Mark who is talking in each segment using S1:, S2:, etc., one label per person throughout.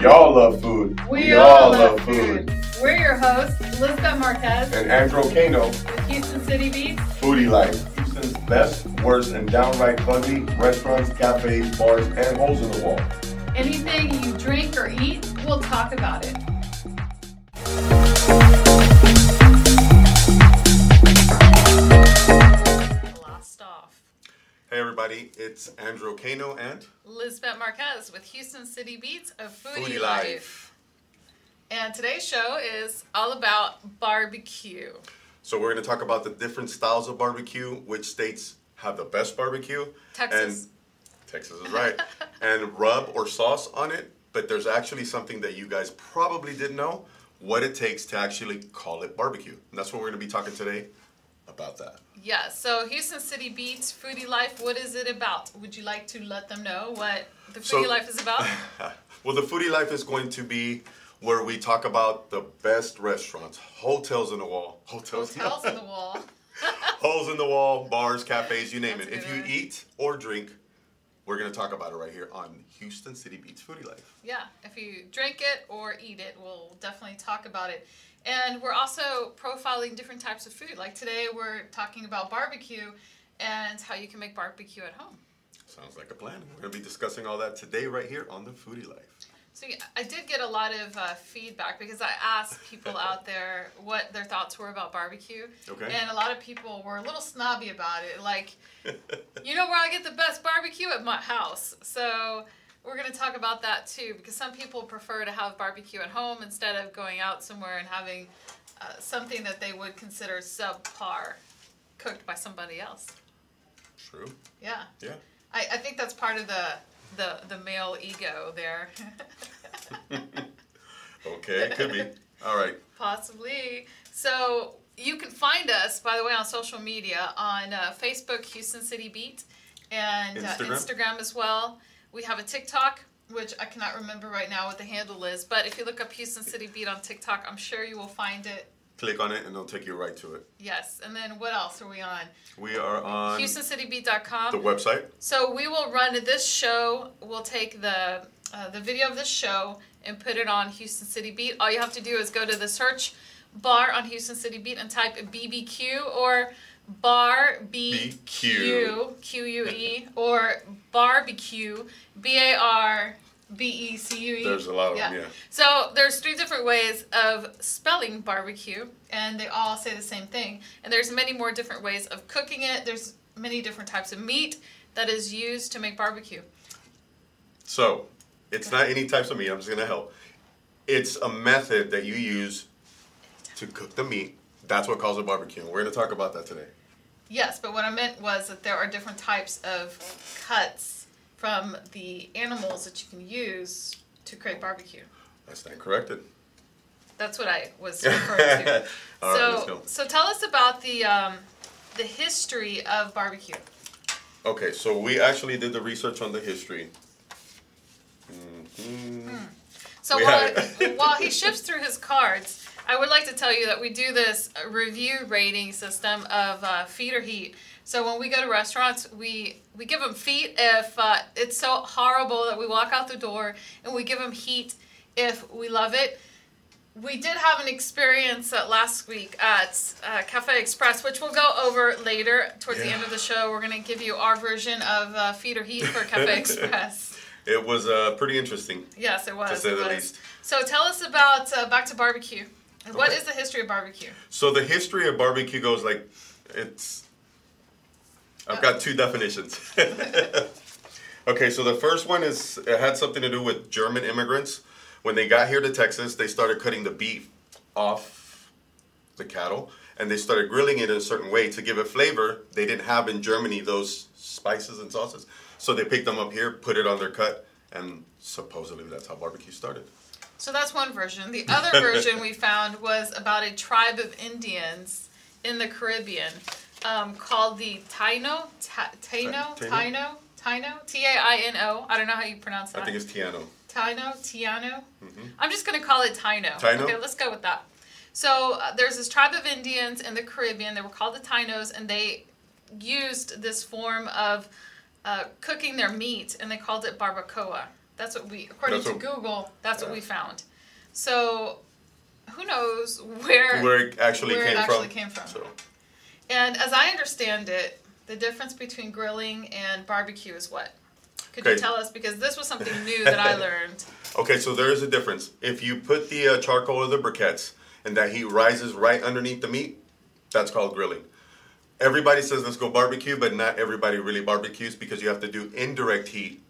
S1: Y'all love food.
S2: We all love food. We're your hosts, Liska Marquez,
S1: And Andro Kano,
S2: the Houston City Beats.
S1: Foodie Life. Houston's best, worst, and downright fuzzy restaurants, cafes, bars, and holes in the wall.
S2: Anything you drink or eat, we'll talk about it. Blast off.
S3: Hey everybody, it's Andrew Kano and
S2: Lizbeth Marquez with Houston City Beats of Foodie, Life. And today's show is all about barbecue.
S3: So we're going to talk about the different styles of barbecue, which states have the best barbecue.
S2: Texas.
S3: And Texas is right. and rub or sauce on it, but there's actually something that you guys probably didn't know what it takes to actually call it barbecue. And that's what we're going to be talking today about that.
S2: Yeah, so Houston City Beats, Foodie Life, what is it about? Would you like to let them know what the Foodie
S3: So-
S2: Life is about?
S3: Well, the foodie life is going to be where we talk about the best restaurants, hotels in the wall, hotels,
S2: Hotels on the wall.
S3: holes in the wall, bars, cafes, you name
S2: That's
S3: it. If
S2: a good
S3: you
S2: one.
S3: eat or drink, we're gonna talk about it right here on Houston City Beats Foodie Life.
S2: Yeah, if you drink it or eat it, we'll definitely talk about it. And we're also profiling different types of food. Like today, we're talking about barbecue and how you can make barbecue at home.
S3: Sounds like a plan. We're gonna be discussing all that today right here on the Foodie Life.
S2: So yeah, I did get a lot of uh, feedback because I asked people out there what their thoughts were about barbecue,
S3: Okay.
S2: and a lot of people were a little snobby about it. Like, you know where I get the best barbecue at my house. So we're gonna talk about that too because some people prefer to have barbecue at home instead of going out somewhere and having uh, something that they would consider subpar cooked by somebody else.
S3: True.
S2: Yeah,
S3: Yeah.
S2: I, I think that's part of the the the male ego there.
S3: Okay, could be. All right.
S2: Possibly. So you can find us, by the way, on social media on uh, Facebook, Houston City Beat, and Uh,
S3: Instagram.
S2: Instagram as well. We have a TikTok, which I cannot remember right now what the handle is, but if you look up Houston City Beat on TikTok, I'm sure you will find it.
S3: Click on it and it'll take you right to it.
S2: Yes. And then what else are we on?
S3: We are on
S2: HoustonCityBeat.com.
S3: the website.
S2: So we will run this show. We'll take the uh, the video of this show and put it on Houston City Beat. All you have to do is go to the search bar on Houston City Beat and type BBQ or bar B Q
S3: BQ.
S2: Q U E or barbecue B A R B E C U E.
S3: There's a lot of them, yeah.
S2: So there's three different ways of spelling barbecue, and they all say the same thing. And there's many more different ways of cooking it. There's many different types of meat that is used to make barbecue.
S3: So, it's not any types of meat. I'm just gonna help. It's a method that you use to cook the meat. That's what calls it barbecue. And we're gonna talk about that today.
S2: Yes, but what I meant was that there are different types of cuts from the animals that you can use to create barbecue.
S3: I stand corrected.
S2: That's what I was referring to.
S3: All right, let's
S2: so,
S3: go.
S2: so tell us about the um, the history of barbecue.
S3: Okay, so we actually did the research on the history. Mm-hmm.
S2: So
S3: We
S2: while,
S3: have it.
S2: while he shifts through his cards, I would like to tell you that we do this uh, review rating system of uh, feet or heat. So when we go to restaurants, we we give them feet if uh, it's so horrible that we walk out the door, and we give them heat if we love it. We did have an experience uh, last week at uh, Cafe Express, which we'll go over later towards the end of the show. We're going to give you our version of uh, feet or heat for Cafe Express.
S3: It was uh, pretty interesting.
S2: Yes, it was.
S3: say
S2: it
S3: the
S2: was.
S3: least.
S2: So tell us about uh, back to barbecue. What
S3: Okay.
S2: is the history of barbecue?
S3: So the history of barbecue goes like, it's. I've got two definitions. okay, so the first one is it had something to do with German immigrants when they got here to Texas. They started cutting the beef off the cattle and they started grilling it in a certain way to give it flavor. They didn't have in Germany those spices and sauces, so they picked them up here, put it on their cut, and supposedly that's how barbecue started.
S2: So that's one version. The other version we found was about a tribe of Indians in the Caribbean um, called the Taino, Ta-
S3: Ta-
S2: Taino,
S3: Taino?
S2: Taino, Taino, T A I N O. I don't know how you pronounce that.
S3: I think it's Tiano.
S2: Taino, Tiano. I'm just going to call it Taino.
S3: Mm-hmm. Taino?
S2: Okay, let's go with that. So uh, there's this tribe of Indians in the Caribbean. They were called the Tainos, and they used this form of uh, cooking their meat, and they called it barbacoa. That's what we, according
S3: That's
S2: to
S3: what-
S2: Google, that's what
S3: yeah.
S2: we found. So, who knows where?
S3: where it actually
S2: where it
S3: came
S2: actually
S3: from.
S2: came from.
S3: So,
S2: And as I understand it, the difference between grilling and barbecue is what? Could you
S3: Okay.
S2: tell us? Because this was something new that I learned.
S3: okay, so there is a difference. If you put the uh, charcoal or the briquettes and that heat rises right underneath the meat, that's called grilling. Everybody says let's go barbecue, but not everybody really barbecues because you have to do indirect heat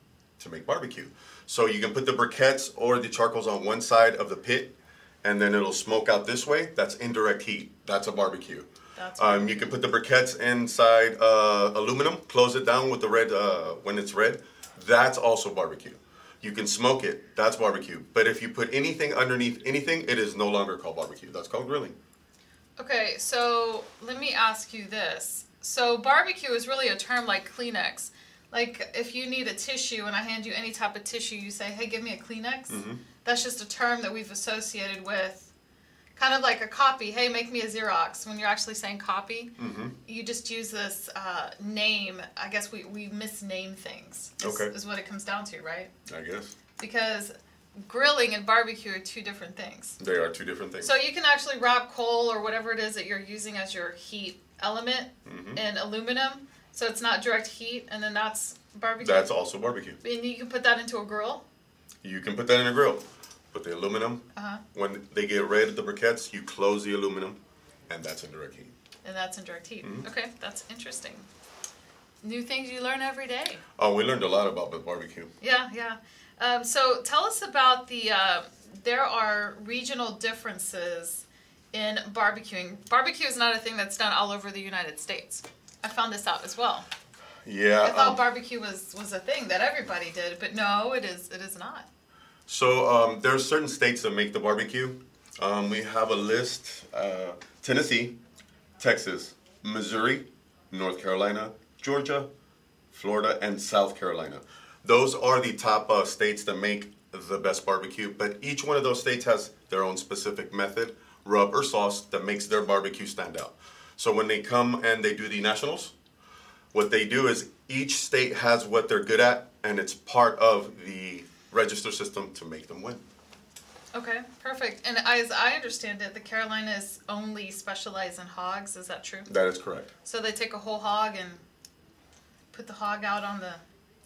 S3: to make barbecue. So you can put the briquettes or the charcoals on one side of the pit, and then it'll smoke out this way. That's indirect heat. That's a barbecue.
S2: That's
S3: um, you can put the briquettes inside uh, aluminum, close it down with the red uh, when it's red. That's also barbecue. You can smoke it. That's barbecue. But if you put anything underneath anything, it is no longer called barbecue. That's called grilling.
S2: Okay, so let me ask you this. So barbecue is really a term like Kleenex. Like if you need a tissue and I hand you any type of tissue, you say, "Hey, give me a Kleenex." That's just a term that we've associated with kind of like a copy. Hey, make me a Xerox. When you're actually saying copy, you just use this uh, name. I guess we, we misname things. is-
S3: Okay.
S2: Is what it comes down to, right?
S3: I guess
S2: Because grilling and barbecue are two different things.
S3: they are two different things.
S2: So you can actually wrap coal or whatever it is that you're using as your heat element in aluminum, so it's not direct heat, and then that's barbecue.
S3: That's also barbecue.
S2: and you can put that into a grill.
S3: You can put that in a grill. Put the aluminum.
S2: Uh-huh.
S3: When they get red at the briquettes, you close the aluminum, and that's indirect heat.
S2: And that's in direct heat. Okay, that's interesting. New things you learn every day.
S3: Oh, we learned a lot about the barbecue.
S2: Yeah, yeah. Um, so tell us about the. Uh, there are regional differences in barbecuing. Barbecue is not a thing that's done all over the United States. I found this out as well.
S3: Yeah.
S2: I thought
S3: um,
S2: barbecue was was a thing that everybody did, but no, it is it is not.
S3: So um, there are certain states that make the barbecue. Um, we have a list: uh, Tennessee, Texas, Missouri, North Carolina, Georgia, Florida, and South Carolina. Those are the top uh, states that make the best barbecue. But each one of those states has their own specific method, rub, or sauce that makes their barbecue stand out. So when they come and they do the nationals, what they do is each state has what they're good at and it's part of the register system to make them win
S2: Okay, perfect. And as I understand it, the Carolinas only specialize in hogs. Is that true?
S3: that is correct
S2: So they take a whole hog and put the hog out on the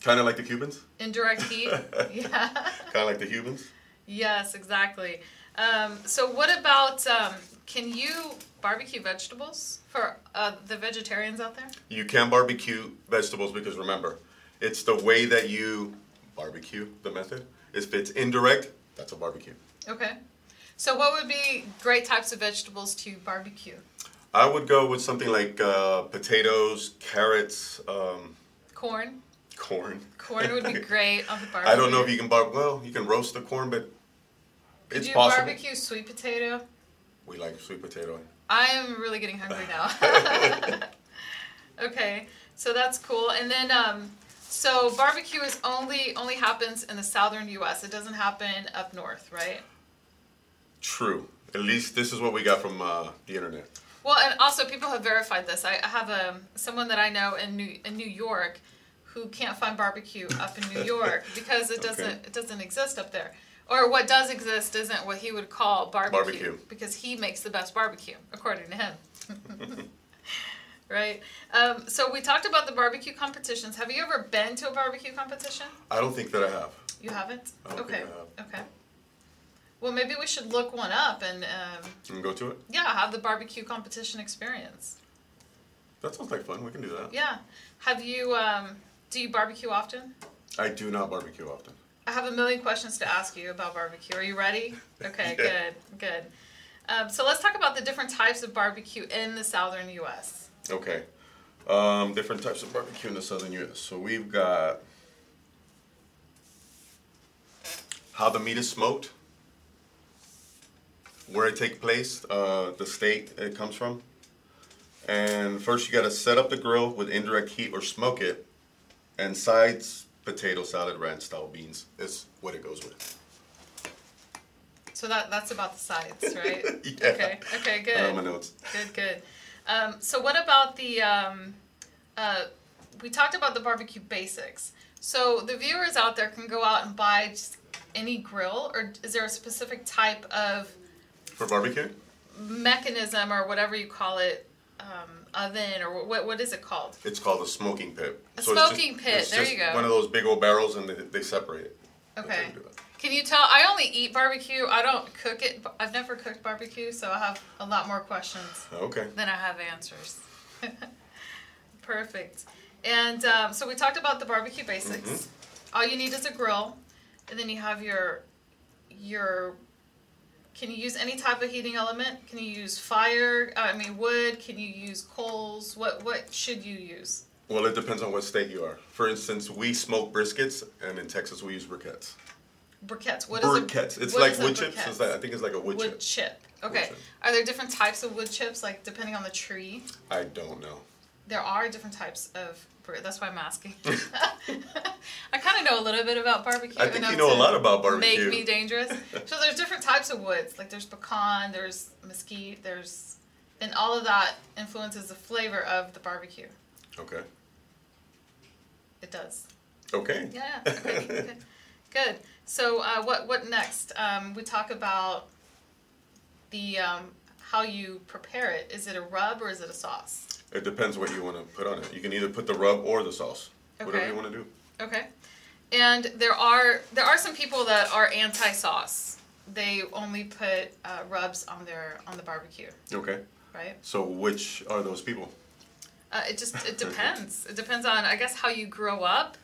S3: kind of like the cubans
S2: indirect heat. yeah.
S3: kind of like the cubans
S2: Yes, exactly. Um, so what about um, can you barbecue vegetables for uh, the vegetarians out there?
S3: you can barbecue vegetables because remember it's the way that you barbecue the method if it's indirect that's a barbecue
S2: Okay. So what would be great types of vegetables to barbecue?
S3: i would go with something like uh, potatoes carrots um,
S2: Corn.
S3: corn
S2: Corn would be great on the barbecue.
S3: i don't know if you can bar well you can roast the corn but
S2: Could
S3: it's
S2: you
S3: possible
S2: barbecue sweet potato?
S3: we like sweet potato
S2: I am really getting hungry now. okay, so that's cool. And then, um, so barbecue is only only happens in the southern U.S. It doesn't happen up north, right?
S3: True. At least this is what we got from uh, the internet.
S2: Well, and also people have verified this. I I have um someone that I know in New in New York who can't find barbecue up in New York because it doesn't it doesn't exist up there. Or what does exist isn't what he would call barbecue,
S3: Barbecue.
S2: because he makes the best barbecue according to him. right. Um, so we talked about the barbecue competitions. Have you ever been to a barbecue competition?
S3: I don't think that I have.
S2: You haven't.
S3: I don't
S2: okay.
S3: think I
S2: Okay. Well, maybe we should look one up and um,
S3: Can we go to it?
S2: yeah, have the barbecue competition experience.
S3: That sounds like fun. We can do that.
S2: Yeah. Have you, um, do you barbecue often?
S3: I do not barbecue often.
S2: I have a million questions to ask you about barbecue. Are you ready? Okay,
S3: Yeah.
S2: good, good. Um, so let's talk about the different types of barbecue in the southern U.S.
S3: Okay. Um, different types of barbecue in the southern U.S. So we've got how the meat is smoked, where it takes place, uh, the state it comes from, and first you got to set up the grill with indirect heat or smoke it, and sides potato salad, ranch style beans is what it goes with.
S2: So that that's about the sides, right?
S3: Yeah.
S2: Okay, okay, good.
S3: I don't have my notes.
S2: Good, good. Um, so what about the? Um, uh, we talked about the barbecue basics. So the viewers out there can go out and buy just any grill, or is there a specific type of
S3: for barbecue.
S2: mechanism or whatever you call it, um, oven or what? What is it called?
S3: It's called a smoking pit.
S2: A
S3: it's
S2: smoking pit,
S3: It's
S2: there
S3: just
S2: you go.
S3: One of those big old barrels, and they, they separate it. That's how
S2: Okay.
S3: you do it.
S2: Can you tell? I only eat barbecue. I don't cook it. but I've never cooked barbecue, so I have a lot more questions
S3: Okay.
S2: than I have answers. Perfect. And um, so we talked about the barbecue basics.
S3: Mm-hmm.
S2: All you need is a grill, and then you have your your. Can you use any type of heating element? Can you use fire? I mean, wood. Can you use coals? What what should you use?
S3: Well, it depends on what state you are. For instance, we smoke briskets, and in Texas we use briquettes.
S2: Briquettes. What is a
S3: briquettes. It's
S2: what
S3: like
S2: is a
S3: wood chips. It's
S2: briquette?
S3: like, I think it's like a wood,
S2: wood
S3: chip.
S2: chip. Okay.
S3: chip.
S2: Are there different types of wood chips, like depending on the tree?
S3: I don't know.
S2: There are different types of. br- That's why I'm asking. I kind of know a little bit about barbecue.
S3: I think
S2: enough
S3: you know a
S2: to
S3: lot about barbecue.
S2: Make me dangerous. so there's different types of woods. Like there's pecan, there's mesquite, there's, and all of that influences the flavor of the barbecue.
S3: okay.
S2: It does.
S3: Okay.
S2: Yeah. yeah. Okay, good. Good. So uh, what what next? Um, we talk about the um, how you prepare it. Is it a rub or is it a sauce?
S3: It depends what you want to put on it. You can either put the rub or the sauce. Whatever
S2: Okay.
S3: you want to do.
S2: Okay. And there are there are some people that are anti sauce. They only put uh, rubs on their on the barbecue,
S3: Okay.
S2: right?
S3: So which are those people?
S2: Uh, it just it depends. it depends on I guess how you grow up,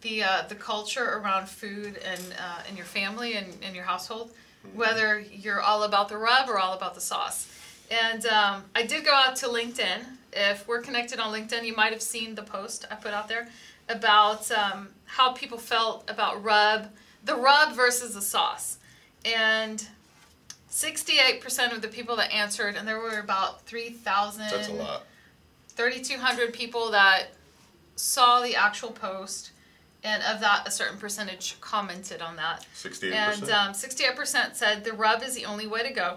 S2: the uh, the culture around food and uh, and your family and, and your household,
S3: Mm-hmm.
S2: whether you're all about the rub or all about the sauce. And um, I did go out to LinkedIn. If we're connected on LinkedIn, you might have seen the post I put out there about um, how people felt about rub, the rub versus the sauce, and. 68% of the people that answered, and there were about 3,000
S3: That's a lot.
S2: 3,200 people that saw the actual post, and of that, a certain percentage commented on that.
S3: Sixty-eight
S2: And
S3: percent.
S2: um, 68% said the rub is the only way to go.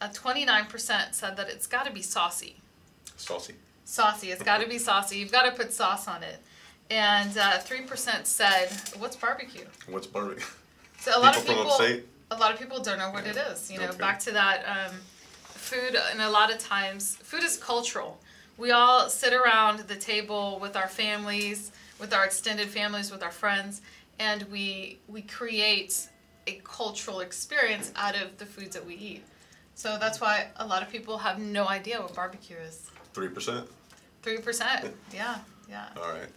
S2: Uh, 29% said that it's got to be saucy.
S3: Saucy.
S2: Saucy, it's got to be saucy. You've got to put sauce on it. And uh, 3% said, What's barbecue?
S3: What's barbecue?
S2: So a lot
S3: People
S2: of
S3: from
S2: people,
S3: upstate?
S2: a lot of people don't know what it is. You know,
S3: Okay.
S2: back to that um, food, and a lot of times food is cultural. We all sit around the table with our families, with our extended families, with our friends, and we we create a cultural experience out of the foods that we eat. So that's why a lot of people have no idea what barbecue is.
S3: Three percent.
S2: Three percent, yeah, yeah.
S3: All right.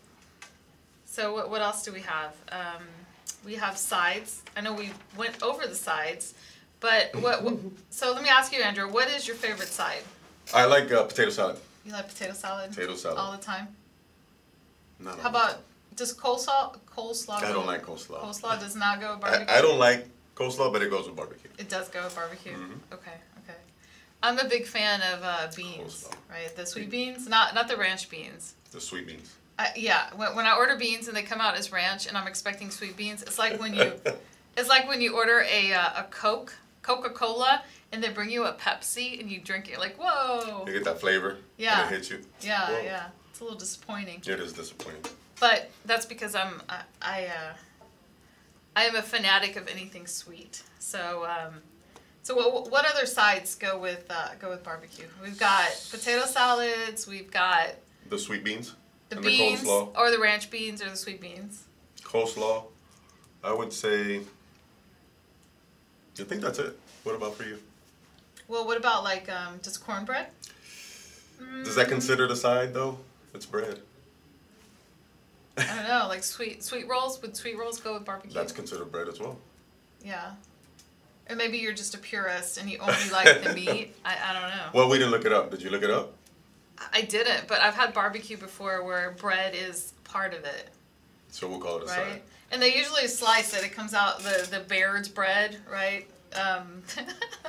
S2: So what, what else do we have? Um, we have sides. I know we went over the sides, but what, what? So let me ask you, Andrew. What is your favorite side?
S3: I like uh, potato salad.
S2: You like potato salad.
S3: Potato salad.
S2: All the time.
S3: Not
S2: How
S3: all the time.
S2: about does coleslaw? Coleslaw.
S3: I
S2: go-
S3: don't like coleslaw.
S2: Coleslaw does not go with barbecue.
S3: I, I don't like coleslaw, but it goes with barbecue.
S2: It does go with barbecue.
S3: Mm-hmm.
S2: Okay. Okay. I'm a big fan of uh, beans.
S3: Coleslaw.
S2: Right. The sweet beans, not not the ranch beans.
S3: The sweet beans.
S2: I, yeah, when, when I order beans and they come out as ranch, and I'm expecting sweet beans, it's like when you, it's like when you order a uh, a Coke, Coca Cola, and they bring you a Pepsi and you drink it. You're like, whoa,
S3: You get that flavor.
S2: Yeah.
S3: And it hits you.
S2: yeah,
S3: Whoa.
S2: yeah. It's a little disappointing,
S3: It is disappointing.
S2: but that's because I'm I I, uh, I am a fanatic of anything sweet. So um, so what what other sides go with uh, go with barbecue? We've got potato salads. We've got
S3: The sweet beans.
S2: the
S3: and
S2: beans
S3: the coleslaw.
S2: or the ranch beans or the sweet beans.
S3: Coleslaw. I would say. I think that's it. What about for you?
S2: Well, what about like um, just cornbread?
S3: Does
S2: Mm.
S3: that consider the side though? It's bread.
S2: I don't know, like sweet sweet rolls. Would sweet rolls go with barbecue?
S3: That's considered bread as well.
S2: yeah. Or maybe you're just a purist and you only like the meat. I, I don't know.
S3: Well, we didn't look it up. Did you look it up?
S2: I didn't, but I've had barbecue before where bread is part of it,
S3: So we'll call it a
S2: right?
S3: side.
S2: And they usually slice it. It comes out the the Baird's bread, right? Um,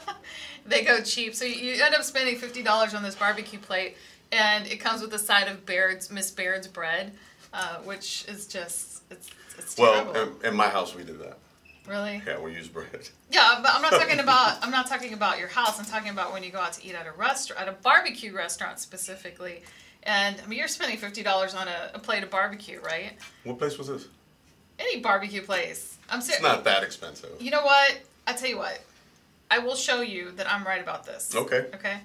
S2: they go cheap, so you you end up spending fifty dollars on this barbecue plate, and it comes with a side of Baird's Miss Baird's bread, uh, which is just it's it's terrible.
S3: Well, in, in my house we did that.
S2: really?
S3: Yeah, we used bread.
S2: Yeah, but I'm not talking about I'm not talking about your house. I'm talking about when you go out to eat at a restaurant, at a barbecue restaurant specifically, And I mean, you're spending fifty dollars on a, a plate of barbecue, right?
S3: What place was this?
S2: Any barbecue place. I'm
S3: It's
S2: serious.
S3: not that expensive.
S2: You know what? I tell you what. I will show you that I'm right about this.
S3: Okay.
S2: Okay.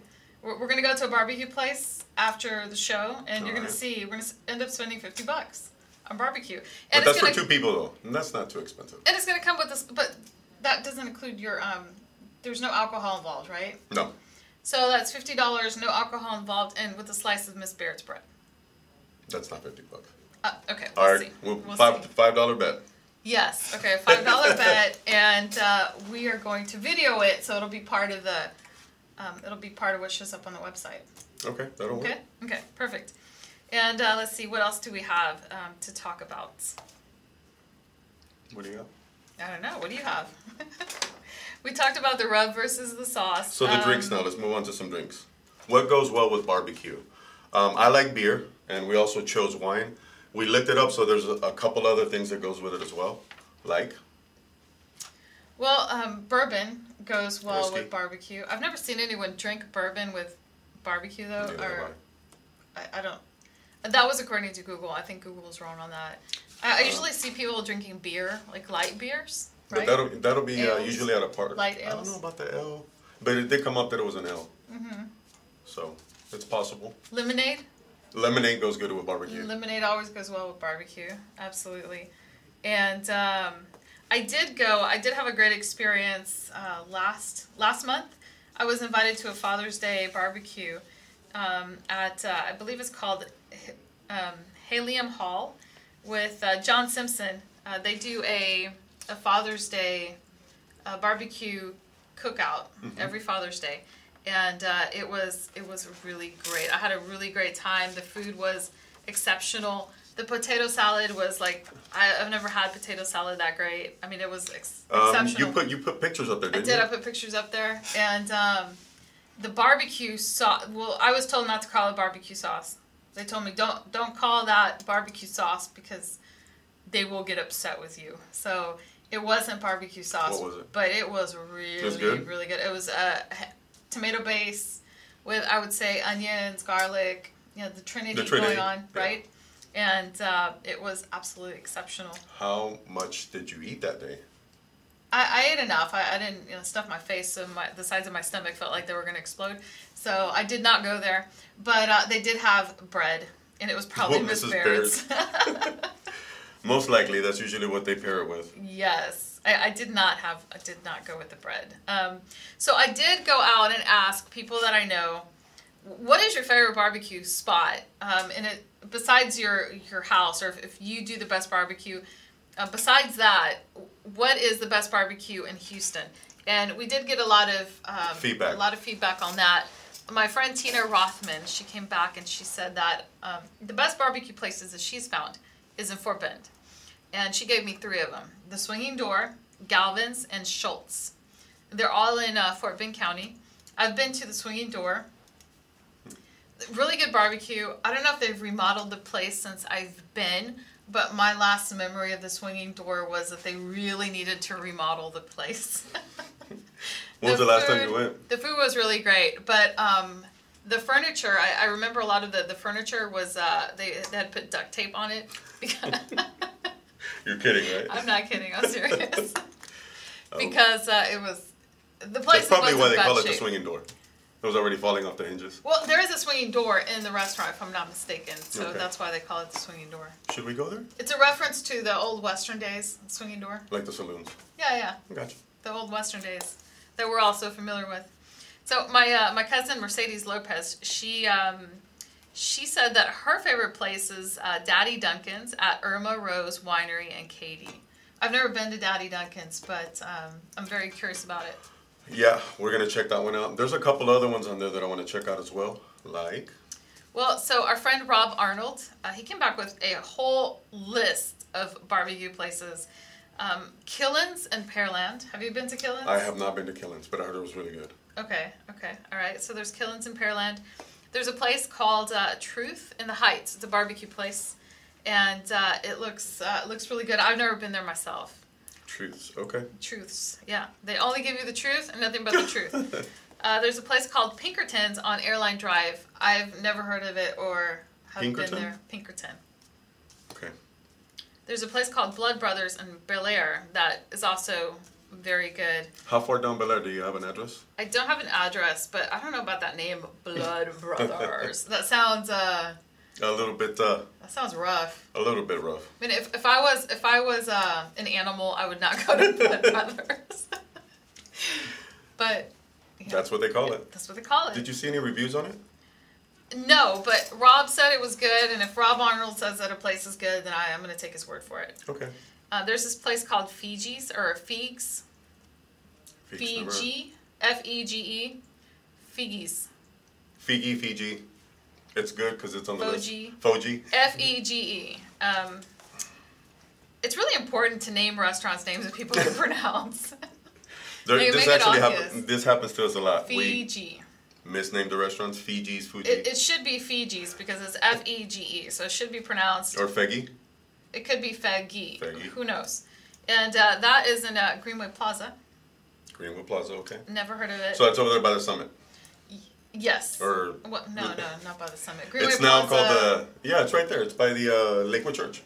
S2: We're, we're gonna go to a barbecue place after the show, and you're gonna
S3: Alright.
S2: see we're gonna s- end up spending fifty bucks on barbecue.
S3: But
S2: And
S3: that's
S2: it's gonna
S3: for two people though. And that's not too expensive.
S2: and it's gonna come with this, but that doesn't include your um. There's no alcohol involved, right?
S3: No.
S2: So that's fifty dollars, no alcohol involved, and with a slice of Miss Barrett's bread.
S3: That's not fifty bucks.
S2: Uh, okay, we'll
S3: All right,
S2: see.
S3: we'll,
S2: We'll
S3: five
S2: see.
S3: five dollar bet.
S2: Yes. Okay. Five dollar bet, and uh, we are going to video it, so it'll be part of the. Um, it'll be part of what shows up on the website.
S3: Okay, that'll
S2: Okay.
S3: work.
S2: Okay. Perfect. And uh, let's see what else do we have um, to talk about.
S3: What do you got?
S2: I don't know. What do you have? we talked about the rub versus the sauce.
S3: So the drinks
S2: Um,
S3: now. Let's move on to some drinks. What goes well with barbecue? Um, I like beer, and we also chose wine. We looked it up, so there's a, a couple other things that goes with it as well, like
S2: Well, um, bourbon goes well
S3: Whiskey.
S2: with barbecue. I've never seen anyone drink bourbon with barbecue though,
S3: Neither
S2: Uh, or
S3: have
S2: I, I don't. That was according to Google. I think Google was wrong on that. I, I usually see people drinking beer, like light beers,
S3: but
S2: right?
S3: that'll that'll be uh,
S2: Ales.
S3: usually at a party.
S2: Light
S3: I don't
S2: ales.
S3: know about the L, but it did come up that it was an L. Mm-hmm. So it's possible.
S2: Lemonade.
S3: Lemonade goes good with barbecue. Um,
S2: Lemonade always goes well with barbecue, absolutely. And um, I did go. I did have a great experience uh, last last month. I was invited to a Father's Day barbecue um, at uh, I believe it's called um, Helium Hall with uh, John Simpson. Uh, they do a a Father's Day uh, barbecue cookout
S3: Mm-hmm.
S2: every Father's Day, and uh, it was it was really great. I had a really great time. The food was exceptional. The potato salad was like I, I've never had potato salad that great. I mean, it was ex-
S3: um,
S2: exceptional.
S3: you put you put pictures up there,
S2: I
S3: didn't
S2: did.
S3: you?
S2: I put pictures up there, and um, the barbecue sauce. Well, I was told not to call it barbecue sauce. They told me don't don't call that barbecue sauce because they will get upset with you. So it wasn't barbecue sauce.
S3: What was it?
S2: But it was really
S3: good?
S2: really good. It was a uh, tomato base with I would say onions, garlic, you know the trinity,
S3: The trinity,
S2: going on,
S3: yeah.
S2: right? And uh, it was absolutely exceptional.
S3: How much did you eat that day?
S2: I, I ate enough. I, I didn't you know, stuff my face, so my, the sides of my stomach felt like they were going to explode. So I did not go there. But uh, they did have bread, and it was probably
S3: Well,
S2: Miss
S3: Mrs.
S2: Barrett's.
S3: Most likely, that's usually what they pair it with.
S2: yes, I, I did not have. I did not go with the bread. Um, so I did go out and ask people that I know, what is your favorite barbecue spot? Um, and it besides your your house, or if, if you do the best barbecue, uh, besides that, what is the best barbecue in Houston? And we did get a lot of um,
S3: Feedback.
S2: A lot of feedback on that. My friend Tina Rothman, she came back and she said that um, the best barbecue places that she's found is in Fort Bend, and she gave me three of them: the Swinging Door, Galvin's, and Schultz. They're all in uh, Fort Bend County. I've been to the Swinging Door really good barbecue. I don't know if they've remodeled the place since I've been, but my last memory of the swinging door was that they really needed to remodel the place.
S3: When was the last time you went?
S2: The food was really great, but um, the furniture, I, I remember a lot of the, the furniture was, uh, they, they had put duct tape on it. Because,
S3: You're kidding, right?
S2: I'm not kidding, I'm serious. because uh, it was, the
S3: Oh. That's
S2: place
S3: probably
S2: was
S3: why
S2: in
S3: they
S2: bad
S3: call it the
S2: shape.
S3: swinging door. It was already falling off the hinges.
S2: Well, there is a swinging door in the restaurant, if I'm not mistaken, so
S3: Okay.
S2: that's why they call it the swinging door.
S3: Should we go there?
S2: It's a reference to the old Western days, swinging door.
S3: Like the saloons.
S2: Yeah, yeah,
S3: Gotcha.
S2: the old Western days that we're all so familiar with. So my uh, my cousin Mercedes Lopez, she um, she said that her favorite place is uh, Daddy Duncan's at Irma Rose Winery and Katy. I've never been to Daddy Duncan's, but um, I'm very curious about it.
S3: Yeah, we're gonna check that one out. There's a couple other ones on there that I want to check out as well. Like,
S2: Well, so our friend Rob Arnold, uh, he came back with a whole list of barbecue places. Um, Killins and Pearland. Have you been to Killins?
S3: I have not been to Killins, but I heard it was really good.
S2: Okay, okay, all right. So there's Killins in Pearland. There's a place called uh, Truth in the Heights. It's a barbecue place, and uh, it looks uh, it looks really good. I've never been there myself.
S3: Truths. Okay.
S2: Truths, yeah. They only give you the truth and nothing but the truth. Uh, there's a place called Pinkertons on Airline Drive. I've never heard of it or have
S3: Pinkerton?
S2: been there. Pinkerton.
S3: Okay.
S2: There's a place called Blood Brothers in Bel Air that is also very good.
S3: How far down Bel Air do you have an address?
S2: I don't have an address, but I don't know about that name, Blood Brothers. that sounds uh,
S3: A little bit, uh,
S2: that sounds rough.
S3: a little bit rough.
S2: I mean, if, if I was if I was uh, an animal, I would not go to Blood Brothers. but yeah,
S3: That's what they call it.
S2: that's what they call it.
S3: Did you see any reviews on it?
S2: No, but Rob said it was good, and if Rob Arnold says that a place is good, then I, I'm going to take his word for it.
S3: Okay.
S2: Uh, there's this place called Fiji's or Figs,
S3: Fiji.
S2: Fiji, F E G E, Figi's,
S3: Fiji, Fiji. It's good because it's on the
S2: Foji.
S3: list. Foji.
S2: F E G E. Um, it's really important to name restaurants names that people can pronounce.
S3: There,
S2: Make-
S3: this
S2: make it
S3: actually
S2: obvious.
S3: happens. This happens to us a lot. We
S2: Fiji.
S3: misname the restaurants. Fiji's, Fuji,
S2: It, it should be Fiji's because it's F E G E, so it should be pronounced.
S3: or Fegi.
S2: It could be Fegi.
S3: Fegi.
S2: Who knows? And uh, that is in uh, Greenway Plaza.
S3: Greenwood Plaza. Okay.
S2: Never heard of it.
S3: So that's over there by the summit.
S2: Yes.
S3: Or-
S2: well, no, no, not by the summit. Greenway
S3: it's now
S2: Plaza.
S3: called the. Yeah, it's right there. It's by the uh, Lakewood Church.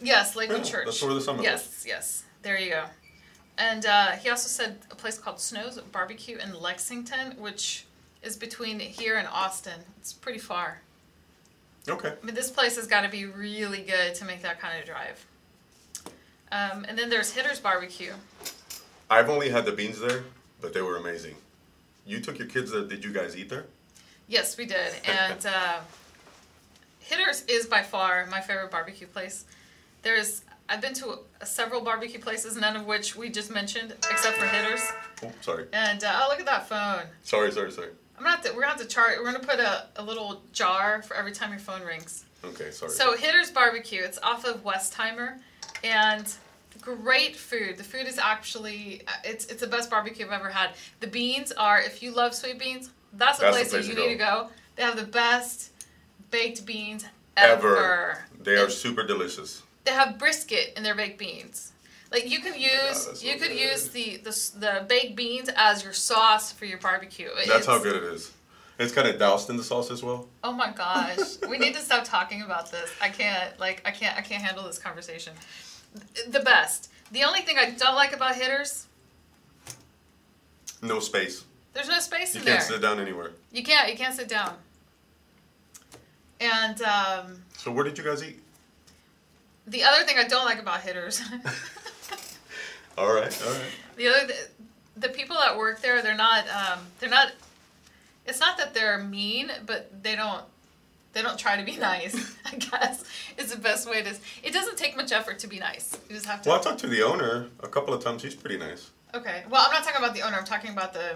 S2: yes, Lakewood
S3: Yeah,
S2: Church.
S3: that's where the summit
S2: Yes, yes. There you go. And uh, he also said a place called Snow's Barbecue in Lexington, which is between here and Austin. It's pretty far.
S3: Okay.
S2: I mean, this place has got to be really good to make that kind of drive. Um, and then there's Hitter's Barbecue.
S3: I've only had the beans there, but they were amazing. You took your kids there. Did you guys eat there?
S2: Yes, we did. And uh, Hitters is by far my favorite barbecue place. There's I've been to several barbecue places, none of which we just mentioned, except for Hitters.
S3: Oh, sorry.
S2: And uh, oh, look at that phone!
S3: Sorry, sorry, sorry.
S2: I'm gonna have to, we're gonna have to chart. We're gonna put a, a little jar for every time your phone rings.
S3: Okay, sorry.
S2: So Hitters Barbecue, it's off of Westheimer, and great food. The food is actually uh, it's it's the best barbecue I've ever had. The beans are if you love sweet beans, that's the
S3: That's
S2: place,
S3: the place
S2: that you
S3: to
S2: need to go. They have the best baked beans ever.
S3: They are super delicious.
S2: They have brisket in their baked beans. Like you can use
S3: Oh that's
S2: you
S3: so
S2: could
S3: good.
S2: use the, the s- the baked beans as your sauce for your barbecue.
S3: That's how
S2: It's-
S3: good it is. It's kind of doused in the sauce as well.
S2: Oh my gosh, we need to stop talking about this. I can't, like, I can't, I can't handle this conversation. The best. The only thing I don't like about hitters,
S3: No space.
S2: there's no space
S3: You
S2: in
S3: can't
S2: there.
S3: sit down anywhere.
S2: You can't, you can't sit down. And um,
S3: So where did you guys eat?
S2: the other thing I don't like about hitters,
S3: All right, all right.
S2: the other, th- the people that work there, they're not, um, they're not. It's not that they're mean, but they don't. They don't try to be nice. I guess is the best way to. It doesn't take much effort to be nice. You just have to.
S3: Well, I talked to the owner a couple of times. He's pretty nice.
S2: Okay. Well, I'm not talking about the owner. I'm talking about the,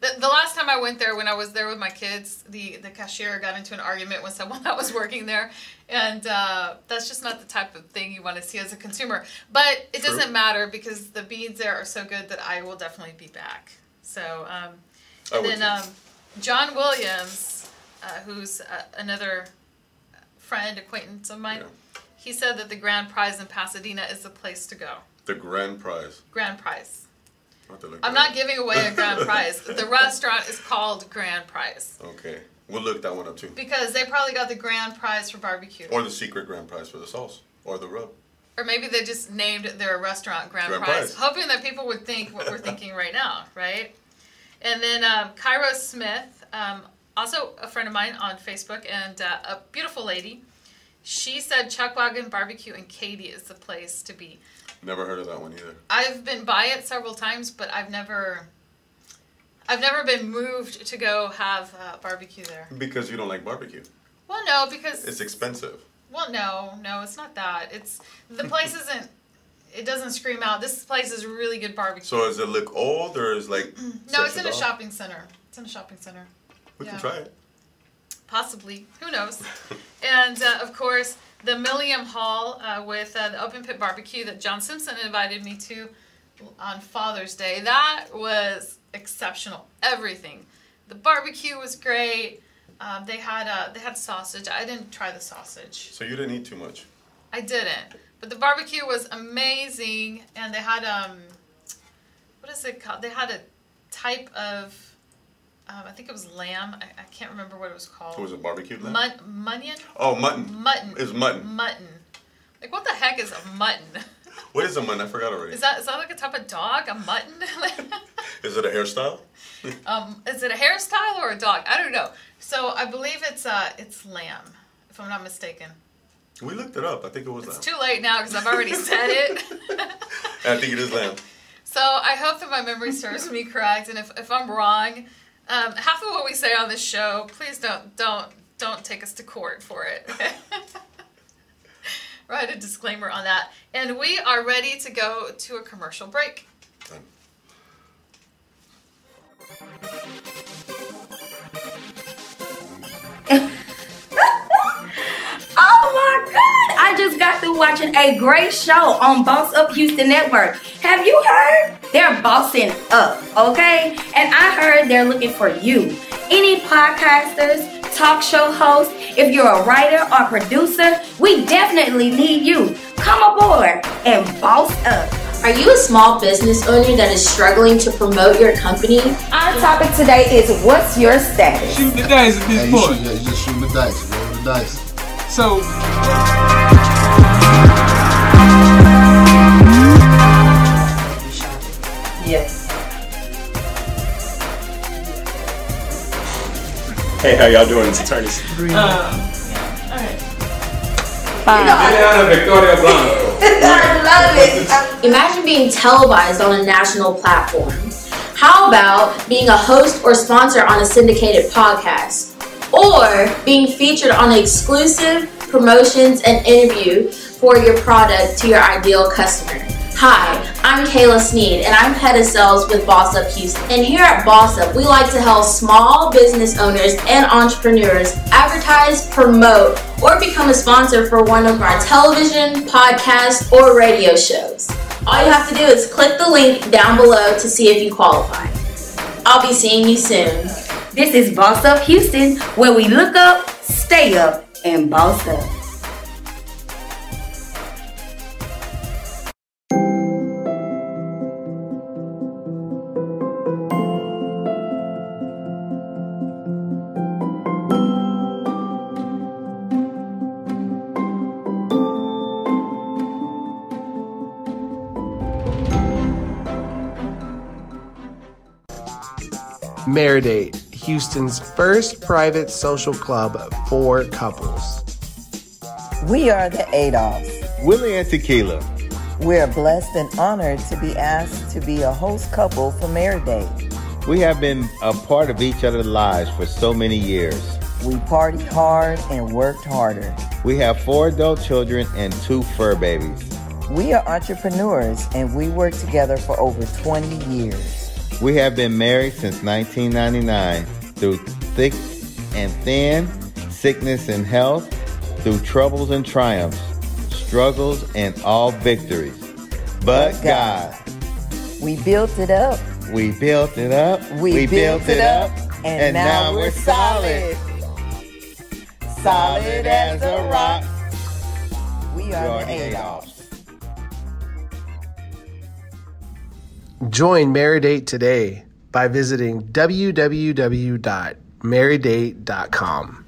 S2: the the last time I went there when I was there with my kids. The the cashier got into an argument with someone that was working there, and uh, that's just not the type of thing you want to see as a consumer. But it
S3: True.
S2: doesn't matter because the beans there are so good that I will definitely be back. So um,
S3: I
S2: and
S3: would
S2: then
S3: too.
S2: um, John Williams, uh, who's uh, another friend acquaintance of mine,
S3: Yeah.
S2: he said that the grand prize in Pasadena is the place to go.
S3: The grand prize.
S2: Grand prize.
S3: I'll have to look
S2: I'm
S3: that
S2: not giving away a grand prize. The restaurant is called Grand Prize
S3: up. Okay, we'll look that one up too.
S2: because they probably got the grand prize for barbecue, or,
S3: Or the secret grand prize for the sauce or the rub.
S2: maybe they just named their restaurant Grand,
S3: Grand Prize.
S2: prize, hoping that people would think what we're thinking right now, right? And then um, Cairo Smith, um, also a friend of mine on Facebook, and uh, a beautiful lady. She said Chuck Wagon Barbecue in Katy is the place to be.
S3: Never heard of that one either.
S2: I've been by it several times, but I've never, I've never been moved to go have uh, barbecue there.
S3: Because you don't like barbecue.
S2: Well, no, because
S3: It's expensive.
S2: well, no, no, it's not that. It's the place isn't. It doesn't scream out. This place is really good barbecue.
S3: So does it look old or is like?
S2: no,
S3: such
S2: it's in a
S3: dog?
S2: shopping center. It's in a shopping center.
S3: We
S2: yeah.
S3: can try it.
S2: Possibly, who knows? and uh, of course, the Milliam Hall uh, with uh, the open pit barbecue that John Simpson invited me to on Father's Day. That was exceptional. Everything. The barbecue was great. Um, they had uh, they had sausage. I didn't try the sausage.
S3: So you didn't eat too much.
S2: I didn't. But the barbecue was amazing, and they had um, what is it called? They had a type of um, I think it was lamb. I, I can't remember what it was called.
S3: What was it, barbecued lamb?
S2: Mun- Munyon?
S3: Oh, mutton.
S2: Mutton.
S3: It's mutton.
S2: Mutton. Like what the heck is a mutton?
S3: What is a mutton? I forgot already.
S2: Is that is that like a type of dog? A mutton?
S3: Is it a hairstyle?
S2: um, is it a hairstyle or a dog? I don't know. So I believe it's uh it's lamb, if I'm not mistaken.
S3: We looked it up. I think it was
S2: It's
S3: lamb.
S2: too late now because I've already said it.
S3: I think it is lamb.
S2: so I hope that my memory serves me correct, and if, if I'm wrong, um, half of what we say on this show, please don't don't don't take us to court for it. Write a disclaimer on that, and we are ready to go to a commercial break.
S4: Oh my God! I just got through watching a great show on Boss Up Houston Network. Have you heard? They're bossing up, okay? And I heard they're looking for you. Any podcasters, talk show hosts, if you're a writer or producer, we definitely need you. Come aboard and boss up.
S5: Are you a small business owner that is struggling to promote your company?
S4: Our topic today is what's your status?
S6: Shoot the dice at this
S7: Hey, you, shoot,
S6: point.
S7: yeah, you just shooting the dice, roll the dice.
S6: So
S8: Hey, how y'all doing? It's Attorney Sabrina. Victoria Blanco.
S4: I love it.
S5: Imagine being televised on a national platform. How about being a host or sponsor on a syndicated podcast? Or being featured on exclusive promotions and interview for your product to your ideal customer. Hi, I'm Kayla Sneed and I'm head of sales with Boss Up Houston. And here at Boss Up, we like to help small business owners and entrepreneurs advertise, promote, or become a sponsor for one of our television, podcast, or radio shows. All you have to do is click the link down below to see if you qualify. I'll be seeing you soon.
S4: This is Boss Up Houston, where we look up, stay up, and boss up.
S9: Meridate, Houston's first private social club for couples.
S10: We are the Adolphs.
S11: Willie and Tequila.
S10: We are blessed and honored to be asked to be a host couple for Married Day.
S11: We have been a part of each other's lives for so many years.
S10: We partied hard and worked harder.
S11: We have four adult children and two fur babies.
S10: We are entrepreneurs and we work together for over 20 years.
S11: We have been married since 1999 through thick and thin, sickness and health, through troubles and triumphs, struggles and all victories. But God,
S10: We built it up.
S11: we built it up,
S10: We, built, it up. And, now, we're solid.
S11: solid as a rock.
S10: We
S11: We
S10: are
S11: are
S10: the Adolphs.
S11: Adolphs.
S9: Join Meridate today by visiting www.meridate.com.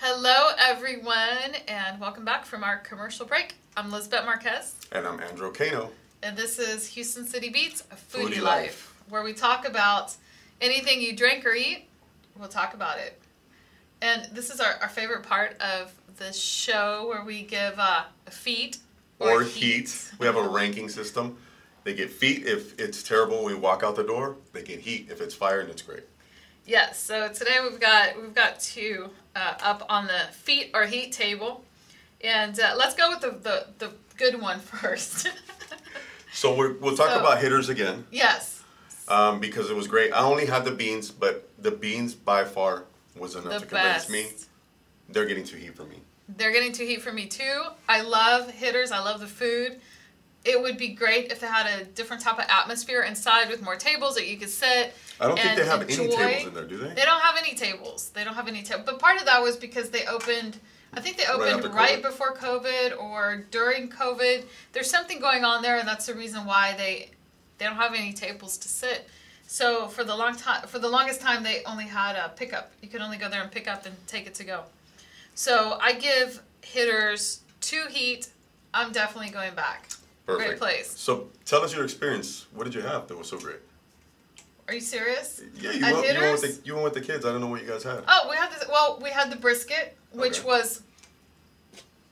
S2: Hello, everyone, and welcome back from our commercial break. I'm Lisbeth Marquez,
S3: And I'm Andrew Cano.
S2: and this is Houston City Beats a Foodie,
S3: Foodie
S2: life,
S3: Life.
S2: where we talk about anything you drink or eat, we'll talk about it. And this is our, our favorite part of the show where we give uh, a feat
S3: Or heat. We have a ranking system. They get feet if it's terrible. We walk out the door. They get heat if it's fire and it's great.
S2: Yes. So today we've got we've got two uh, up on the feet or heat table, and uh, let's go with the the, the good one first.
S3: So we're, we'll talk
S2: So-
S3: about hitters again
S2: yes,
S3: um, because it was great. I only had the beans, but the beans by far was enough
S2: the
S3: to convince
S2: best.
S3: me. They're getting too heat for me.
S2: They're getting too heat for me too. I love hitters. I love the food. It would be great if it had a different type of atmosphere inside with more tables that you could sit.
S3: I don't think
S2: and
S3: they have any
S2: enjoy.
S3: tables in there, do they?
S2: They don't have any tables. They don't have any tables. But part of that was because they opened. I think they opened
S3: after
S2: right,
S3: COVID.
S2: before COVID or during COVID. There's something going on there, and that's the reason why they they don't have any tables to sit. So for the long time, for the longest time, they only had a pickup. You could only go there and pick up and take it to go. So I give hitters two heat. I'm definitely going back. Great
S3: Perfect.
S2: place.
S3: So tell us your experience. What did you have that was so great?
S2: Are you serious?
S3: Yeah, you went, you
S2: At
S3: went
S2: hitters.
S3: with the you went with the kids. I don't know what you guys had.
S2: Oh, we had this. Well, we had the brisket, which
S3: Okay.
S2: was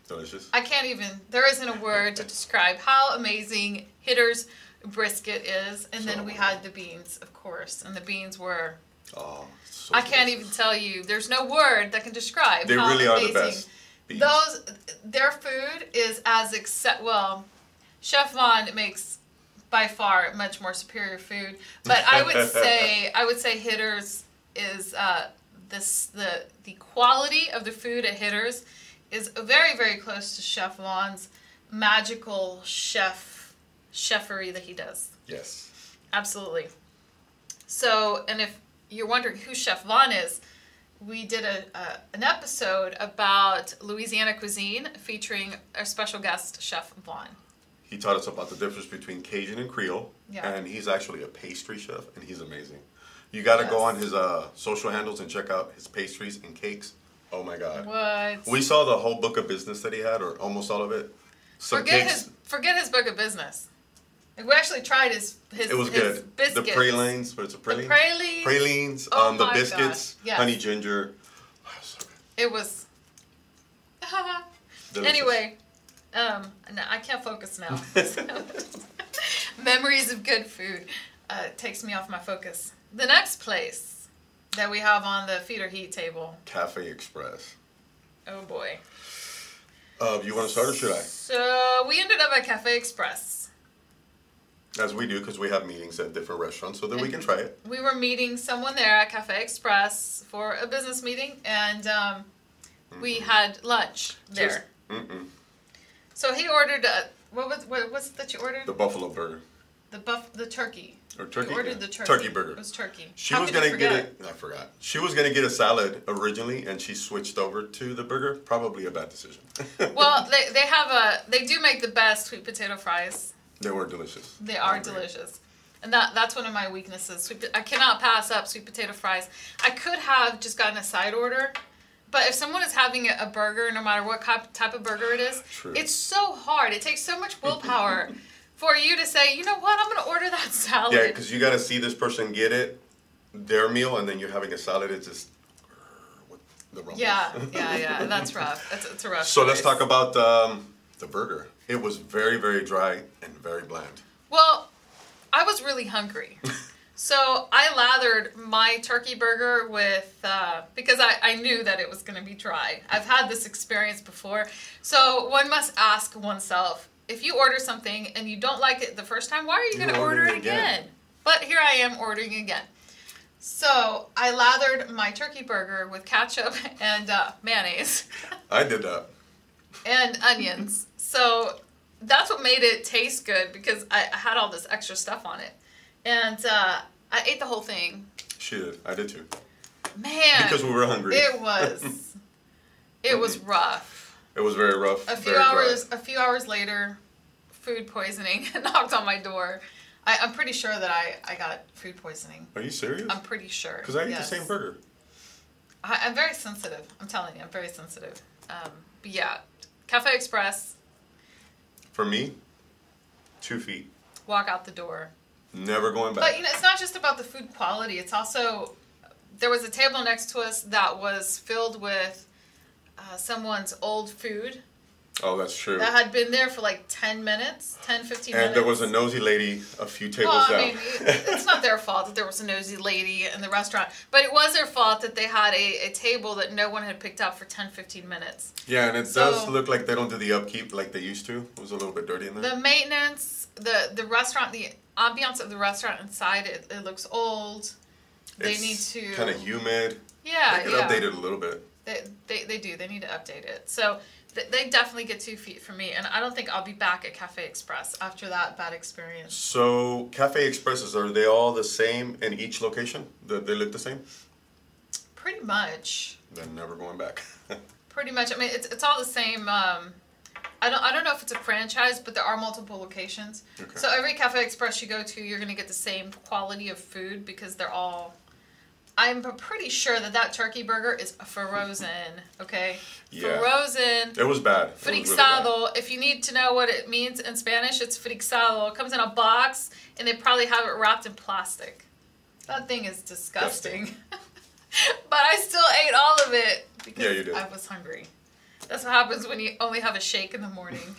S3: Delicious.
S2: I can't even. There isn't a word to describe how amazing hitters brisket is. And then we had the beans, of course, and the beans were.
S3: Oh,
S2: I can't even tell you. There's no word that can describe.
S3: they
S2: how
S3: really are the
S2: amazing
S3: best. Beans.
S2: Those their food is as except well, Chef Vaughn makes by far much more superior food. But I would say I would say Hitters is uh, this the the quality of the food at Hitters is very very close to Chef Vaughn's magical chef chefery that he does.
S3: Yes.
S2: Absolutely. So, and if you're wondering who Chef Vaughn is, we did a, a an episode about Louisiana cuisine featuring our special guest Chef Vaughn.
S3: He taught us about the difference between Cajun and Creole,
S2: Yeah.
S3: and he's actually a pastry chef, and he's amazing. You got to go
S2: Yes.
S3: on his uh, social handles and check out his pastries and cakes. Oh my God.
S2: What?
S3: We saw the whole book of business that he had, or almost all of it. Some
S2: forget
S3: cakes.
S2: his forget his book of business. We actually tried his his
S3: it was
S2: his
S3: good.
S2: biscuits.
S3: The pralines, but it's a praline.
S2: pralines.
S3: Pralines.
S2: Oh
S3: um, the
S2: my
S3: biscuits.
S2: gosh, yes.
S3: Honey ginger.
S2: It was.
S3: Delicious.
S2: anyway, um, no, I can't focus now. Memories of good food uh, takes me off my focus. The next place that we have on the feeder heat table.
S3: Cafe Express.
S2: Oh boy.
S3: Uh, you want to start or should I?
S2: So we ended up at Cafe Express.
S3: As we do, because we have meetings at different restaurants, so that we can try it.
S2: We were meeting someone there at Cafe Express for a business meeting, and um, we had lunch there.
S3: Mm-hmm. Just- mm-mm.
S2: so he ordered a, what was what was it that you ordered?
S3: The buffalo burger
S2: The buff the turkey.
S3: or turkey.
S2: You ordered
S3: yeah.
S2: the turkey.
S3: burger.
S2: It was turkey.
S3: She
S2: How
S3: was
S2: could you
S3: gonna get
S2: forget?
S3: it. I forgot. She was gonna get a salad originally, and she switched over to the burger. Probably a bad decision.
S2: well, they, they have a they do make the best sweet potato fries.
S3: they were delicious.
S2: They are
S3: Agreed.
S2: delicious, and that that's one of my weaknesses. Sweet, po- I cannot pass up sweet potato fries. I could have just gotten a side order, but if someone is having a, a burger, no matter what cop- type of burger it is,
S3: True.
S2: it's so hard. It takes so much willpower for you to say, you know what, I'm gonna order that salad.
S3: Yeah, because you gotta see this person get it, their meal, and then you're having a salad. It's just the wrong.
S2: yeah, yeah, yeah. That's rough. That's it's a rough.
S3: So let's
S2: choice.
S3: talk about um, the burger. It was very, very dry and very bland.
S2: Well, I was really hungry. So I lathered my turkey burger with, uh, because I, I knew that it was going to be dry. I've had this experience before. So one must ask oneself if you order something and you don't like it the first time, why are you
S3: You
S2: going to order it again? But here I am ordering again. So I lathered my turkey burger with ketchup and uh, mayonnaise
S3: I did that.
S2: and onions. So that's what made it taste good because I, I had all this extra stuff on it, and uh, I ate the whole thing.
S3: She did. I did too.
S2: Man,
S3: Because we were hungry.
S2: It was, it was rough.
S3: It was very rough.
S2: A few
S3: very dry.
S2: hours, a few hours later, food poisoning knocked on my door. I, I'm pretty sure that I, I got food poisoning.
S3: Are you serious?
S2: I'm pretty sure.
S3: Because I ate
S2: yes.
S3: the same burger.
S2: I, I'm very sensitive. I'm telling you, I'm very sensitive. Um, but yeah, Cafe Express,
S3: For me, two feet.
S2: walk out the door.
S3: Never going back.
S2: But you know, it's not just about the food quality. It's also there was a table next to us that was filled with uh, someone's old food
S3: oh, that's true.
S2: that had been there for like 10 minutes, 10, 15 minutes.
S3: and there was a nosy lady a few tables
S2: well, I
S3: down.
S2: mean, it- it's not their fault that there was a nosy lady in the restaurant, but it was their fault that they had a, a table that no one had picked up for 10, 15 minutes.
S3: yeah, and it does
S2: so-
S3: look like they don't do the upkeep like they used to. It was a little bit dirty in there.
S2: The maintenance, the the restaurant, the ambiance of the restaurant inside, it, it looks old. They need to
S3: Kind of humid.
S2: Yeah,
S3: They could
S2: yeah.
S3: update it a little bit.
S2: They, they, they do. They need to update it. So th- they definitely get two feet from me, and I don't think I'll be back at Cafe Express after that bad experience.
S3: So, Cafe Expresses, are they all the same in each location? They, they look the same?
S2: Pretty much.
S3: Then never going back.
S2: Pretty much. I mean, it's, it's all the same um, I don't, I don't know if it's a franchise, but there are multiple locations.
S3: Okay.
S2: So every Cafe Express you go to, you're going to get the same quality of food because they're all. I'm pretty sure that that turkey burger is frozen. Okay,
S3: Yeah.
S2: frozen.
S3: It was bad. It was really bad.
S2: Frixado. If you need to know what it means in Spanish, it's frixado. It comes in a box, and they probably have it wrapped in plastic. That thing is disgusting. but I still ate all of it because
S3: Yeah, you did.
S2: I was hungry. That's what happens when you only have a shake in the morning.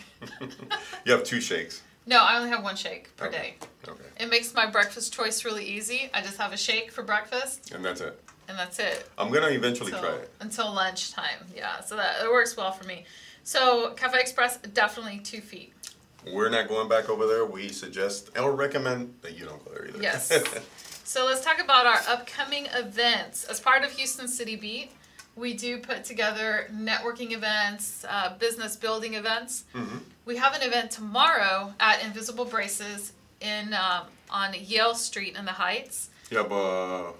S3: You have two shakes.
S2: No, I only have one shake per
S3: Okay.
S2: day.
S3: Okay.
S2: It makes my breakfast choice really easy. I just have a shake for breakfast,
S3: And that's it.
S2: and that's it.
S3: I'm gonna eventually
S2: until,
S3: try it.
S2: until lunchtime. Yeah, so that it works well for me. So Cafe Express definitely two feet.
S3: We're not going back over there. We suggest or recommend that you don't go there either.
S2: Yes. So let's talk about our upcoming events. As part of Houston City Beat, we do put together networking events, uh, business building events.
S3: Mhm.
S2: We have an event tomorrow at Invisible Braces in um, on Yale Street in the Heights.
S3: you have a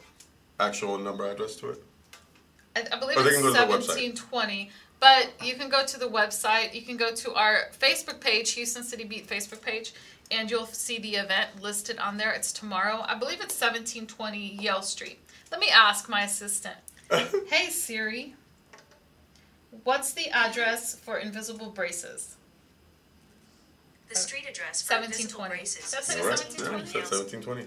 S3: actual number address to it.
S2: I, I believe
S3: Or Oh, they
S2: it's
S3: can go to the website.
S2: seventeen twenty. But you can go to the website. You can go to our Facebook page, Houston City Beat Facebook page, and you'll see the event listed on there. It's tomorrow. I believe it's seventeen twenty Yale Street. Let me ask my assistant. hey Siri, what's the address for Invisible Braces?
S6: The street address for
S2: Seventeen
S6: Invisible
S2: twenty.
S6: Braces.
S2: That's
S3: All right. Yeah,
S2: seventeen
S3: so 1720.
S2: twenty.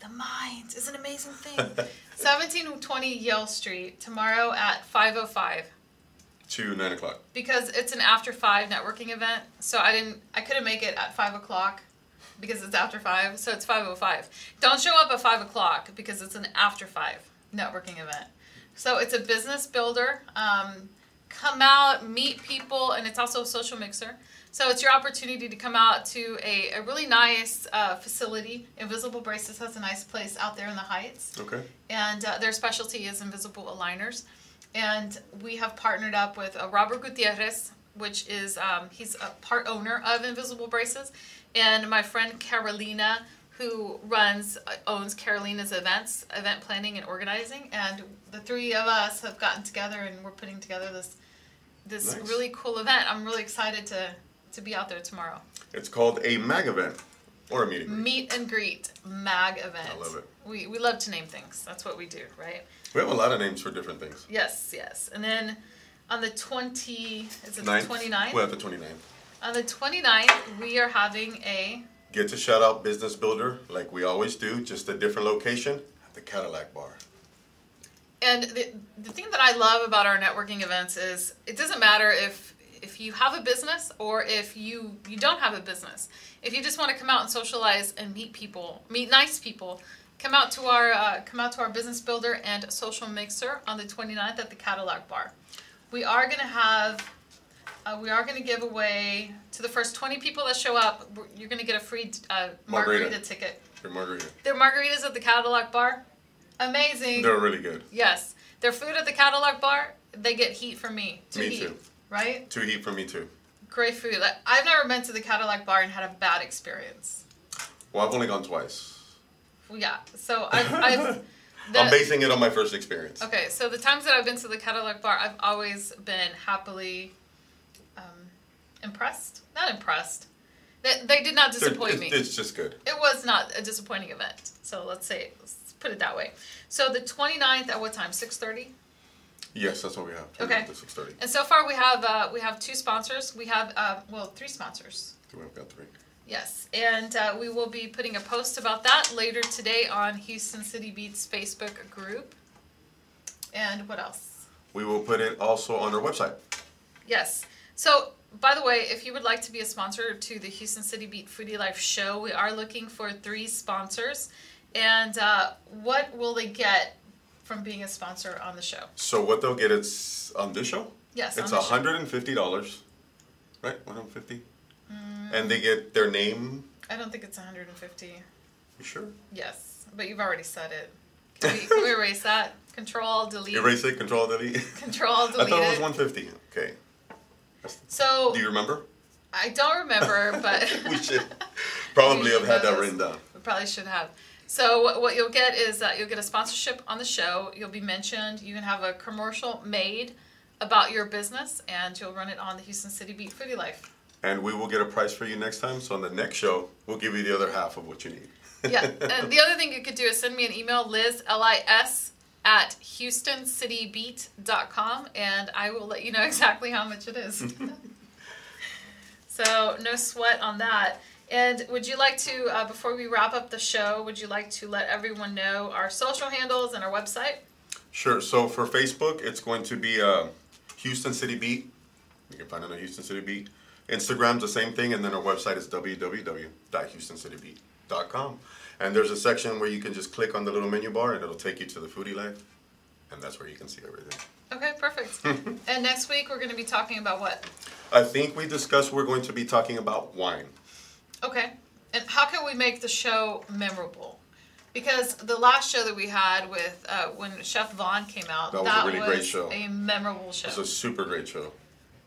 S2: The mind is an amazing thing. Seventeen twenty Yale Street tomorrow at five oh five.
S3: to nine o'clock.
S2: because it's an after five networking event so i didn't i couldn't make it at five o'clock because it's after five so it's 505 don't show up at five o'clock because it's an after five networking event so it's a business builder um, come out meet people and it's also a social mixer so it's your opportunity to come out to a, a really nice uh, facility invisible braces has a nice place out there in the heights
S3: Okay.
S2: and uh, their specialty is invisible aligners. And we have partnered up with uh, Robert Gutierrez, which is um, he's a part owner of Invisible Braces, and my friend Carolina, who runs uh, owns Carolina's events, event planning and organizing. And the three of us have gotten together, and we're putting together this this
S3: Nice.
S2: really cool event. I'm really excited to to be out there tomorrow.
S3: It's called a mag event or a meeting.
S2: Meet and greet mag event.
S3: I love it.
S2: We we love to name things. That's what we do, right?
S3: We have a lot of names for different things.
S2: Yes, yes. And then on the 20, is it
S3: Ninth.
S2: the 29th?
S3: We have the 29th.
S2: on the 29th, we are having a,
S3: Get to shout out Business Builder like we always do, just a different location at the Cadillac Bar.
S2: and the, the thing that I love about our networking events is it doesn't matter if if you have a business or if you you don't have a business. If you just want to come out and socialize and meet people, meet nice people, come out to our uh, come out to our business builder and social mixer on the 29th at the Cadillac Bar. We are going to have Uh, we are going to give away to the first 20 people that show up. we're- You're going to get a free uh, margarita.
S3: Margarita.
S2: ticket.
S3: Your margarita.
S2: Their margaritas at the Cadillac Bar, amazing.
S3: They're really good.
S2: Yes, their food at the Cadillac Bar, they get heat from me. To
S3: me
S2: heat,
S3: too.
S2: Right?
S3: Two heat for me too.
S2: Great food. Like, I've never been to the Cadillac Bar and had a bad experience.
S3: Well, I've only gone twice.
S2: Well, yeah. So I've, I've
S3: I'm basing it on my first experience.
S2: Okay, so the times that I've been to the Cadillac Bar, I've always been happily um, impressed. Not impressed. They, they did not
S3: They're-
S2: disappoint
S3: it's,
S2: me.
S3: It's just good.
S2: It was not a disappointing event. So let's say, let's put it that way. So the 29th at what time? 6.30?
S3: Yes, that's what we have.
S2: Okay.
S3: Six thirty.
S2: And so far we have uh, we have two sponsors. We have, uh, well, three sponsors.
S3: We've got three.
S2: Yes, and uh, we will be putting a post about that later today on Houston City Beats Facebook group. And what else?
S3: We will put it also on our website.
S2: Yes. So, by the way, if you would like to be a sponsor to the Houston City Beat Foodie Life show, we are looking for three sponsors. And uh, what will they get from being a sponsor on the show?
S3: So what they'll get is on this show.
S2: Yes,
S3: It's
S2: on this show.
S3: hundred and fifty dollars, right? One hundred fifty,
S2: Mm.
S3: and they get their name.
S2: I don't think it's 150.
S3: You sure?
S2: Yes, but you've already said it. Can we, can we erase that? Control delete.
S3: Erase it. Control delete.
S2: Control
S3: I thought it was
S2: delete.
S3: one fifty. Okay.
S2: So
S3: Do you remember?
S2: I don't remember, but
S3: We should probably
S2: should
S3: have had
S2: know
S3: that
S2: this.
S3: written down.
S2: We probably should have. So what, what you'll get is uh, you'll get a sponsorship on the show. You'll be mentioned. You can have a commercial made about your business, and you'll run it on the Houston City Beat Foodie Life.
S3: and we will get a price for you next time. So on the next show, we'll give you the other half of what you need.
S2: yeah. And the other thing you could do is send me an email, Liz, L I S, at HoustonCityBeat.com, and I will let you know exactly how much it is. so, no sweat on that. And would you like to, uh, before we wrap up the show, would you like to let everyone know our social handles and our website?
S3: Sure. So for Facebook, it's going to be uh, Houston City Beat. You can find it on Houston City Beat. Instagram's the same thing, and then our website is www.houstoncitybeat.com. And there's a section where you can just click on the little menu bar, and it'll take you to the foodie life, and that's where you can see everything.
S2: Okay, perfect. and next week, we're going to be talking about what?
S3: I think we discussed we're going to be talking about wine.
S2: Okay. And how can we make the show memorable? Because the last show that we had with uh, when Chef Vaughn came out,
S3: That was a really great show.
S2: a memorable show.
S3: It's a super great show.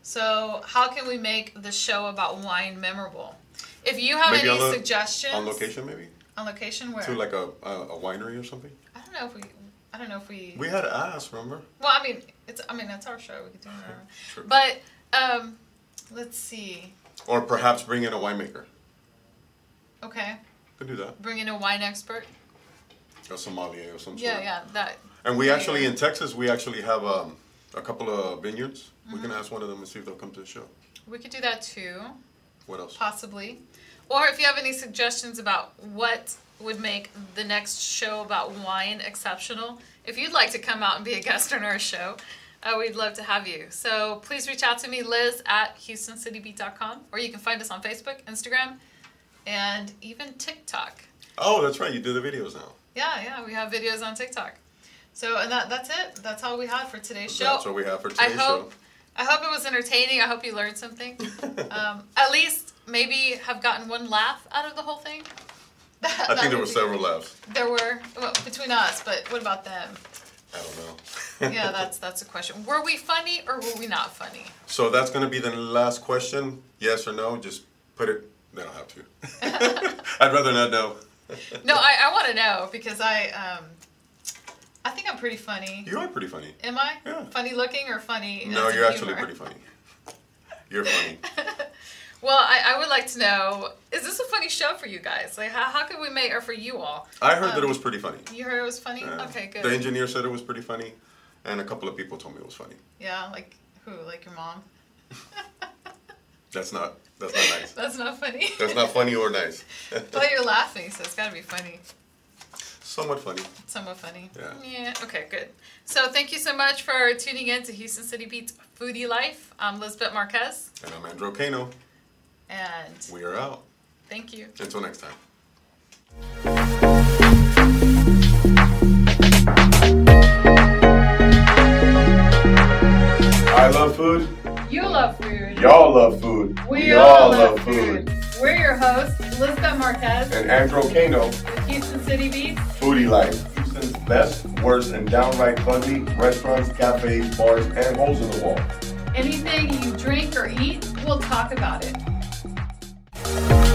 S2: So, how can we make the show about wine memorable? If you have
S3: Maybe
S2: any
S3: on lo-
S2: suggestions
S3: On location, maybe?
S2: on location where
S3: To like a, a, a winery or something?
S2: I don't know if we I don't know if we
S3: We had asked, remember?
S2: Well, I mean, it's I mean that's our show. We could do whatever. But um, let's see.
S3: Or perhaps bring in a winemaker.
S2: Okay,
S3: Could do that.
S2: bring in a wine expert.
S3: A sommelier or some sort.
S2: Yeah, yeah, that.
S3: And we actually, in Texas, we actually have um, a couple of vineyards. We
S2: Mm-hmm.
S3: can ask one of them and see if they'll come to the show.
S2: We could do that too,
S3: What
S2: Uh,
S3: else?
S2: possibly. Or if you have any suggestions about what would make the next show about wine exceptional, if you'd like to come out and be a guest on our show, uh, we'd love to have you. So please reach out to me, Liz at HoustonCityBeat.com, or you can find us on Facebook, Instagram, and even TikTok.
S3: Oh, that's right. You do the videos now.
S2: Yeah, yeah, we have videos on TikTok. So and that that's it. That's all we had for today's show.
S3: That's what we have for
S2: I
S3: today's
S2: hope I hope it was entertaining. I hope you learned something. um, at least maybe have gotten one laugh out of the whole thing. That,
S3: show. I
S2: that
S3: think there
S2: would
S3: were
S2: be-
S3: several laughs.
S2: There were well, between us, but what about them?
S3: I don't know.
S2: Yeah, that's that's a question. Were we funny or were we not funny?
S3: So that's going to be the last question. Yes or no? Just put it. They don't have to. I'd rather not know.
S2: No, I, I want to know because I um, I think I'm pretty funny.
S3: You are pretty funny.
S2: Am I? Funny looking or funny?
S3: No,
S2: as in
S3: you're actually
S2: humor?
S3: pretty funny. You're funny.
S2: Well, I, I would like to know, is this a funny show for you guys? Like, how, how could we make, or for you all?
S3: I heard that
S2: Um,
S3: it was pretty funny.
S2: You heard it was funny?
S3: Yeah.
S2: okay, good.
S3: Uh, The engineer said it was pretty funny, and a couple of people told me it was funny.
S2: Yeah, like, who? Like your mom?
S3: That's not. That's not nice.
S2: That's not funny.
S3: that's not funny or nice.
S2: But you're laughing, so it's gotta be funny.
S3: Somewhat funny.
S2: It's somewhat funny.
S3: Yeah.
S2: okay, good. So thank you so much for tuning in to Houston City Beats Foodie Life. I'm Lisbeth Marquez,
S3: And I'm Andrew Cano.
S2: and
S3: We are out.
S2: thank you.
S3: Until next time.
S1: I love food.
S2: You love food.
S1: Y'all love food.
S2: We all
S1: all
S2: love
S1: love food.
S2: We're your hosts, Lisbeth Marquez,
S1: And Andro Kano,
S2: with Houston City Beats.
S1: Foodie Life. Houston's best, worst, and downright fuzzy restaurants, cafes, bars, and holes in the wall.
S2: Anything you drink or eat, we'll talk about it.